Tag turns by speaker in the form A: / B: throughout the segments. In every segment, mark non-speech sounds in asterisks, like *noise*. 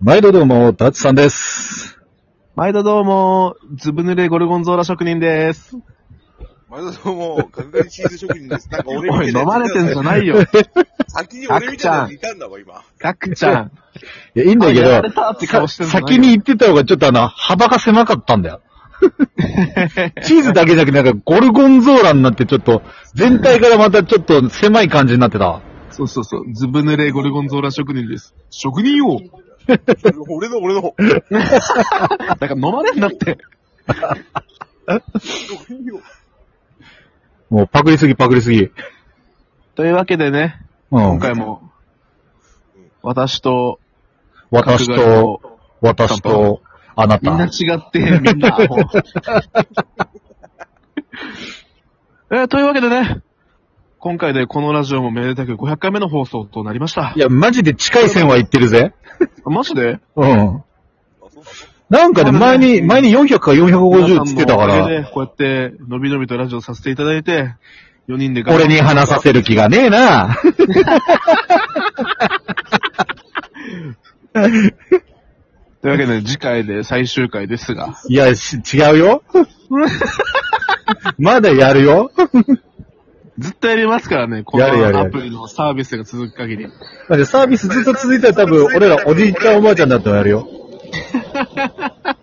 A: 毎度どうも、ダッチさんです。
B: 毎度どうも、ずぶ濡れゴルゴンゾーラ職
A: *laughs*
B: 人です。
C: まだどうも、ガリガリチーズ職人です。なんか俺
B: おい、
C: みた
B: *laughs*
C: い
B: 飲
C: な
B: ま
C: や
B: れ
C: つ
B: てんじゃ
A: *laughs*
B: ないよ。
C: 先に俺みたいなやついたんだわ、今。
B: ガクちゃん。
A: いや、いいんだけ
B: あやられ
A: ど、
B: たって顔してんじゃない
A: 先
B: よ
A: に。言ってた方がちょっとあの、幅が狭かったん
B: *laughs*
A: だよ。チーズだけじゃなくて、なんかゴルゴンゾーラになってちょっと、全体からまたちょっと狭い感じになってた。
B: そうそうそう、ずぶ濡れゴルゴンゾーラ職人です。職人よ
C: 俺の、俺の、
B: なんか飲まれんなって。
C: 職人を
A: もうパクリすぎパクリすぎ。
B: というわけでね、
A: う
B: 今
A: ん。
B: 回も、私と、
A: 私
B: 角刈り
A: と、私と、あな
B: みんな
A: た。
B: 違って、みんなアホ。 *laughs* えーというわけでね、今回でこのラジオもめでたく500回目の放送となりました
A: い。や、マジで近い線は行ってるぜ。
B: マジで
A: うん。
C: あそう
A: なんかね、
B: まだ
A: 前
B: ね
A: に、前に400か450っつってたか
B: 皆さんのおかげ
A: ら、
B: でこうやって、のびのびとラジオさせていただいて、4人で頑張っ
A: 俺に話させる気がねえな。
B: というわけで、次回で最終回ですが。
A: いや、し違う *laughs* よ。まだやるよ。
B: ずっとやりますからね、この
A: やるやるや
B: ア
A: る
B: プリのサービスが続く限り。
A: だってサービスずっと続いたら多分、俺らおじいちゃんおばあちゃんだってもやる *laughs* よ。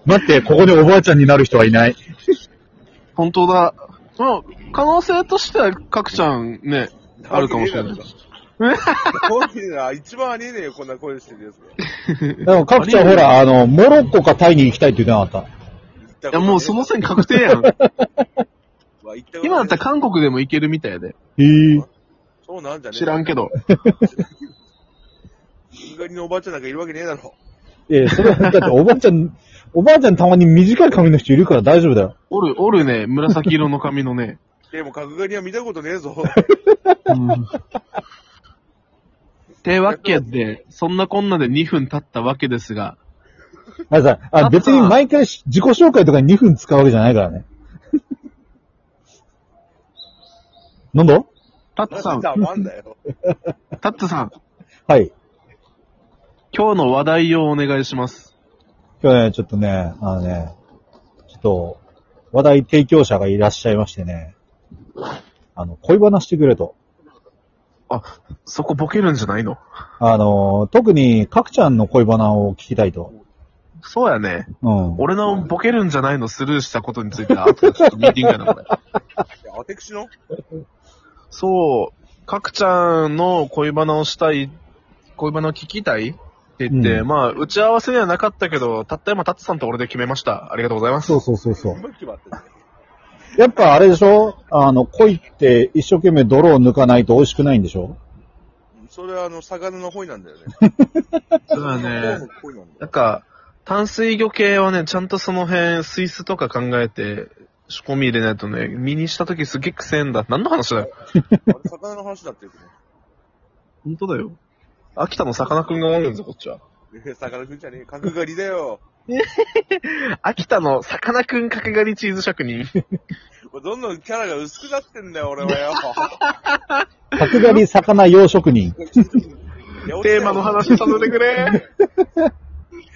A: 待って、ここでおばあちゃんになる人はいない。
B: 本当だ。まあ、可能性としては、かくちゃんね、あるかもしれない。
C: 本人は一番ありえねえよ、こんな声してるやつが。
A: で
C: い
A: も、かくちゃんほら、あの、モロッコかタイに行きたいって言ってなかっ
B: いや、もうその線確定やん。今だったら韓国でも行けるみたいで。
A: た。へえ。
C: そうなんじゃねえ
B: 知らんけど。
C: ガリガリのおばあちゃんなんかいるわけねえだろ。
A: え、それは、だっておばあちゃん、 *laughs* おばあちゃんたまに短い髪の人いるから大丈夫だよ。
B: おる、おるね、紫色の髪のね。
C: でも、角刈りは見たことねえぞ。
B: うん。てわけで、そんなこんなで2分経ったわけですが、
A: あさ、あ、別に毎回し自己紹介とかに2分使うわけじゃないから *laughs* ね。なんだ
B: タッツさん、タ
C: ざまんだよ。
B: ッツさん、
A: はい。
B: 今日の話題をお願いします。
A: 今日ね、ちょっとね、あのね、ちょっと、話題提供者がいらっしゃいましてね、あの、恋話してくれと。
B: そこボケるんじゃないの
A: あの、特に、かくちゃんの恋バナを聞きたいと。
B: そうやね。
A: うん。
B: 俺のボケるんじゃないのスルーしたことについては、後でちょっとミーティングやな、これ。
C: いや私の
B: *laughs* そう、かくちゃんの恋バナをしたい、恋バナを聞きたいって言って、
A: うん
B: まあ、打ち合わせではなかったけど、たった今、タッツさんと俺で決めました。ありがとうございます。
A: そうそうそうそう。
C: 今決まってね。
A: やっぱあれでしょあの、恋って一生懸命泥を抜かないと美味しくないんでしょ
C: それはあの、魚の鯉なんだよね。
B: そうだ
C: 魚
B: ね。
C: の鯉なんだ
B: な
C: よ
B: んか、淡水魚系はね、ちゃんとその辺、水質とか考えて、仕込み入れないとね、身にした時すげえ癖んだ。何の話だよ。
C: あれ魚の話だって言う
B: 本当だよ。秋田のさかなクンがおるんぞ、こっちは。
C: ね。 *laughs* 魚くんじゃねえ。角刈りだよ。
B: 秋田のさかなクン角刈りチーズ職人。
C: どんどんキャラが薄くなってんだよ、俺
B: *laughs*
C: はよ。
A: 角刈り魚養殖人。
B: *laughs* テーマの話させてく *laughs* れ。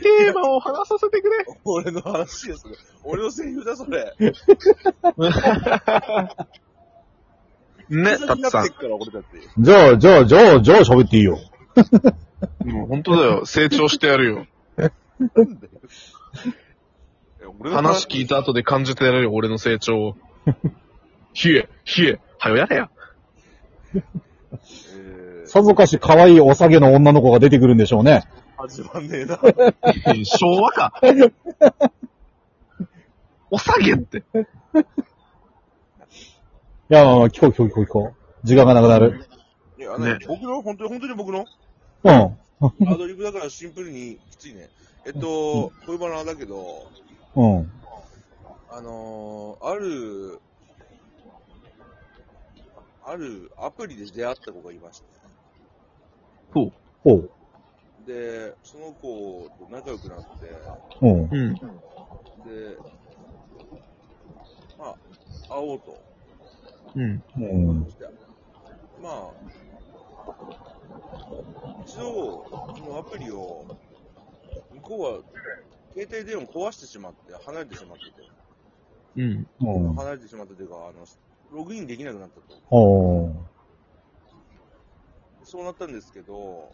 B: テーマを話させてくれ。
C: 俺の話です。俺のセリフだ、それ。
B: ね、たっ
C: に
B: つ
C: な
B: さ
C: ってっから、俺だって。
A: じゃあ、じゃあ、じゃあ、じゃあ喋っていいよ。
B: ん。もう本当だよ。成長してやる *laughs* よ。
C: え俺の
B: 話聞いた後で感じてやるよ、俺の成長を。冷え、冷え、はよやれや。
C: えー、
A: さぞかし可愛いお下げの女の子が出てくるんでしょうね。
C: 始まんねえな。
B: *laughs* 昭和か。お下げって。
A: いや、まあまあ聞こう聞こう聞こう聞こう。時間がなくなる。
C: いや、あのね
B: ね
C: 僕の、本当に、本当に僕の
A: うん。
C: アドリブだからシンプルにきついね。えっと、恋バナだけど、
A: うん。
C: あのー、ある、あるアプリで出会った子がいました。
B: そう。
A: ほう。
C: で、その子と仲良くなって、
A: うん。
B: うん。
C: で、まあ、会おうと。
B: うん。
A: うん。
C: まあ、一応、このアプリを向は、携帯電話壊してしまって、離れてしまってて、
B: うん。
A: うん。
C: 離れてしまったというか、あの、ログインできなくなったと。
A: おー
C: そうなったんですけど、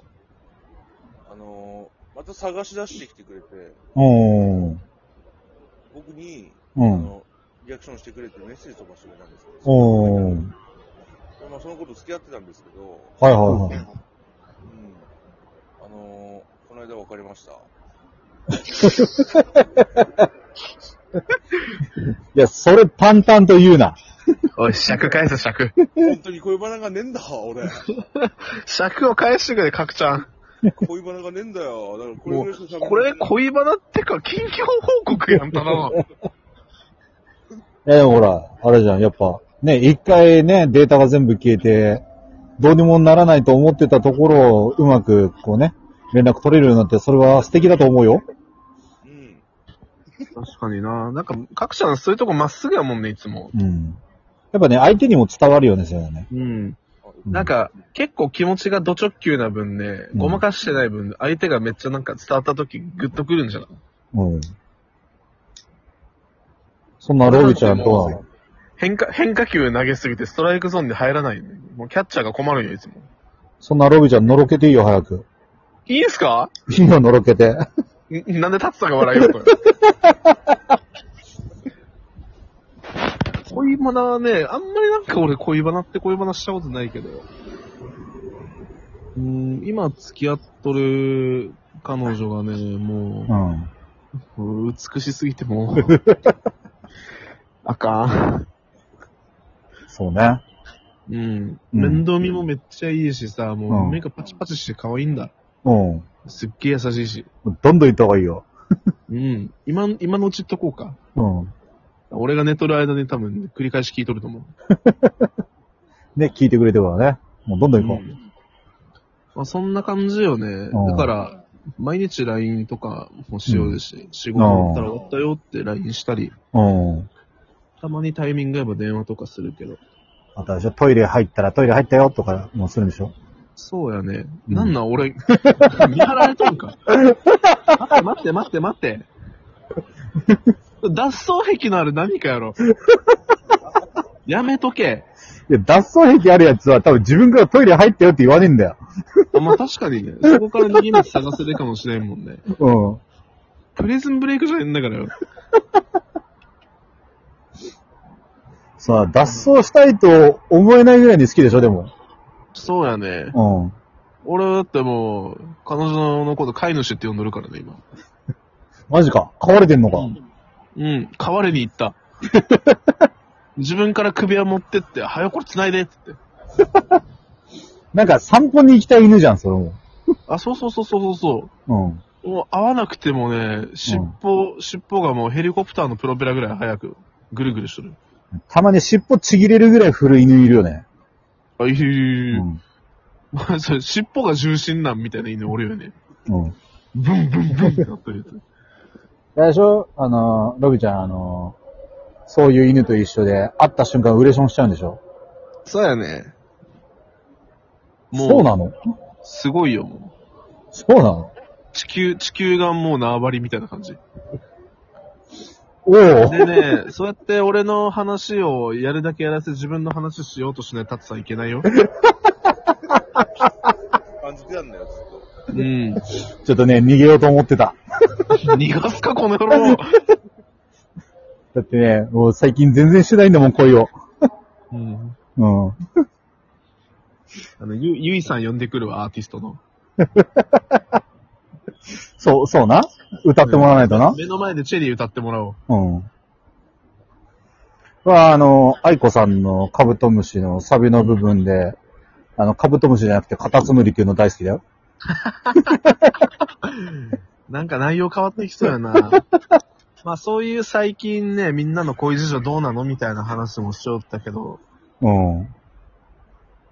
C: あのーまた探し出してきてくれて、
A: おー
C: 僕に、
A: う
C: あ
A: ん。
C: の、リアクションしてくれってメッセージ飛ばしてくれたんですけど、
A: お
C: で
A: ー
C: まあ、そのこと付き合ってたんですけど、
A: はいはいはい。
C: うん。あのーこの間分かりました。
A: いや、それ淡々と言うな。
B: おい、尺返せ、尺。
C: 本当に恋バナがねえんだ、
A: *laughs*
C: 俺。
B: 尺を返してくれ、角ちゃん。
C: 恋バナがねえんだよ。だからこれ
B: も
C: ぐらいしか喋れ
B: う、
C: ない
B: これ、恋バナってか、近況報告やん、ただの。
A: え、でもほら、あれじゃん、やっぱ、ね、一回ね、データが全部消えて、どうにもならないと思ってたところを、うまく、こうね、連絡取れるようになって、それは素敵だと思うよ。
C: うん。
B: *laughs* 確かにななんか、角ちゃんそういうとこまっすぐやもんね、いつも。
A: うん。やっぱね、相手にも伝わるよね、それはね。
B: うん。
A: う
B: なん、か、結構気持ちがド直球な分ね、
A: うん
B: ごまかしてない分、相手がめっちゃなんか伝わった時、グッとくるんじゃない
A: うん。そんなロビちゃんとは、
B: 変化、変化球投げすぎてストライクゾーンに入らない、ね。もうキャッチャーが困るよ、いつも。
A: そんなロビちゃんのろけていいよ、早 *laughs* く。
B: いいですか
A: いいよ、のろけて。
B: んなんで立つさんが笑いよ、こ *laughs* れ。恋バナはね、あんまりなんか俺恋バナって恋バナしたことないけど。うーん、今付き合っとる彼女がね、
A: う
B: も
A: ん。
B: う、もう美しすぎてもう、 *laughs* あかん。
A: そうね。
B: うん。面倒見もめっちゃいいしさ、も
A: うん
B: う目がパチパチして可愛いんだ。
A: うん。
B: すっげえ優しいし。
A: どんどん行った方がいいよ。
B: うん。今、今のうち言っとこうか。
A: うん。
B: 俺が寝とる間に多分繰り返し聞いとると思う。
A: ね、聞いてくれてるからね。もうどんどん行こう。
B: んまあ、そんな感じよね。
A: うん
B: だから、毎日 LINE とかもしようですし、仕事終わったら終わったよって LINE したり、
A: うん。
B: たまにタイミング合えば電話とかするけど。
A: あとはじゃあトイレ入ったらトイレ入ったよとかもするんでしょ
B: そうやね。
A: うん
B: なんなん
A: *laughs*
B: 俺、見張られとんか。待って待って待って
A: *laughs*
B: 待って。脱走癖のある何かやろ。やめとけ。
A: いや、脱走癖あるやつは多分自分からトイレ入ったよって言わねえんだよ。
B: あまあ確かにね、そこから逃げ道探せるかもしれんもんね。
A: うん。
B: プリズンブレイクじゃねえんだからよ。
A: さあ、脱走したいと思えないぐらいに好きでしょ、でも。
B: そうやね。
A: うん。
B: 俺はだってもう、彼女のこと飼い主って呼んどるからね、今。
A: マジか。飼われてんのか。
B: うん、飼われに行 *laughs* った。自分から首輪持ってって、はよこれ繋いでって言って。
A: なんか散歩に行きたい犬じゃん、それも。
B: あ、そうそうそうそうそうそ
A: うん。
B: う。もう会わなくてもね、尻尾、尻尾がもうヘリコプターのプロペラぐらい早く、ぐるぐるしとる。
A: たまに尻尾ちぎれるぐらい古い犬いるよね。
B: あ、いるいる
A: う
B: いる。
A: ん。
B: まあ *laughs* それ尻尾が重心なんみたいな犬おる *laughs* よね。
A: うん。
B: ブンブンブンってなってるやつ。
A: 最初、あの、ロビちゃん、あの、そういう犬と一緒で、会った瞬間ウレションしちゃうんでしょ
B: そうやね。
A: そう
B: もう、
A: なの
B: すごいよ、も
A: そうなの
B: う。地球、地球がもう縄張りみたいな感じ。
A: おお
B: でね、そうやって俺の話をやるだけやらせて自分の話しようとしないタツさんい
A: *laughs*
B: けないよ。
C: 感じてたんだよ、ずっと。
B: うん。
A: ちょっとね、逃げようと思ってた。
B: 逃がすか、この野
A: *laughs*
B: 郎。
A: だってね、もう最近全然してないんだもん、恋を。
B: うん。
A: うん。
B: あの、ゆ、ゆいさん呼んでくるわ、アーティストの。
A: そう、そうな。歌ってもらわないとな。
B: 目の前でチェリー歌ってもらおう。
A: うん。は、あの、愛子さんのカブトムシのサビの部分で、あの、カブトムシじゃなくてカタツムリっていうの大好きだよ。
B: なんか内容変わってきそう
A: *laughs*
B: やな。まあそういう最近ね、みんなの恋事情どうなのみたいな話もしちゃったけど、
A: うん。あ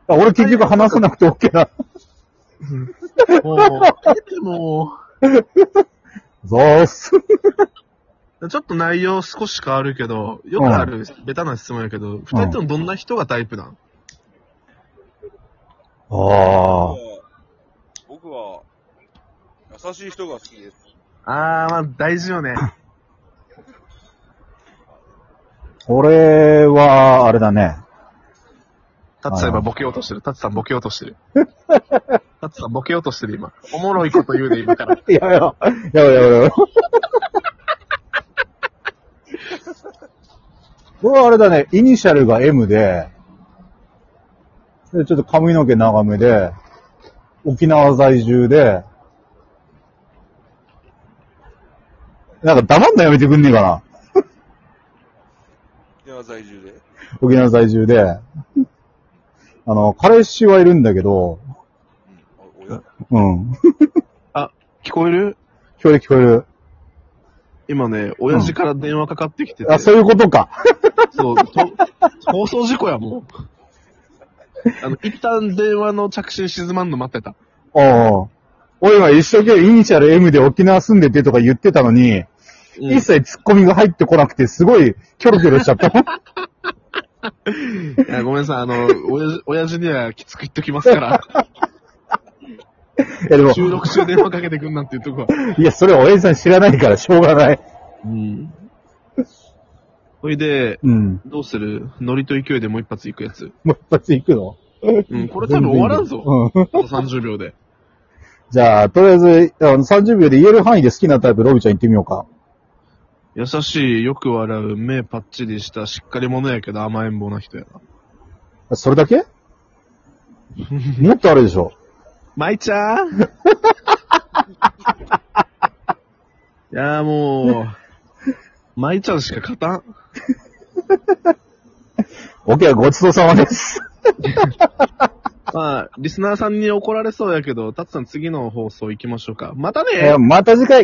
A: 俺結局話さなくて OK だ。 *laughs*
B: もう、でも、
A: ゾース。
B: ちょっと内容少し変わるけど、よくある、ベタな質問やけど、二人ともどんな人がタイプなん
A: ああ。
C: 僕は、優しい人が好きです。
B: あー、まあ、大事よね。
A: 俺は、あれだね。
B: タツさん今ボケようとしてる。タツさんボケようとして *laughs* る。タツさんボケようとしてる今。おもろいこと言うで今から。
A: やめろ。やめろや *laughs* めろ。俺はあれだね、イニシャルが M で、でちょっと髪の毛長めで、沖縄在住で、なんか黙んのやめてくんねえかな。
C: 沖縄在住で。
A: 沖縄在住で、 *laughs* あの、彼氏はいるんだけど、
C: うん。あ、お
A: う
C: や
A: ん。
B: 聞こえる
A: 聞こえる聞こえる。
B: 今ね、親父から電話かかってきてて、
A: あ、そういうことか。
B: そうと放送事故や *laughs* もう。あの、一旦電話の着信静まんの待ってた。
A: おうおう俺は一生懸命イニシャル M で沖縄住んでてとか言ってたのに、
B: うん
A: 一切ツッコミが入ってこなくて、すごいキョロキョロしち
B: *laughs*
A: ゃった。
B: いや、ごめんなさい、あの、親父親父にはきつく言っときますから、
A: え、でも、
B: 収録中電話かけてくんなんて言っとくわ。
A: いや、それは親父さん知らないからしょうがない。
B: うん。ほいで、
A: うん。
B: どうするノリと勢いでもう一発行くやつ。
A: もう一発行くの
B: うん、これ多分終わらんぞ。
A: うん。
B: あと30秒で。
A: じゃあ、とりあえず、あの30秒で言える範囲で好きなタイプ、ロビちゃん行ってみようか。
B: 優しい、よく笑う、目パッチリした、しっかり者やけど甘えん坊な人やな。
A: それだ
B: *laughs*
A: けもっとあれでしょ。
B: まいちゃんいやーもう、まいちゃんしか勝たん。
A: OK、ごちそうさまです。
B: まあ、リスナーさんに怒られそうやけど、たつさん次の放送行きましょうか。またね
A: えーまた次回。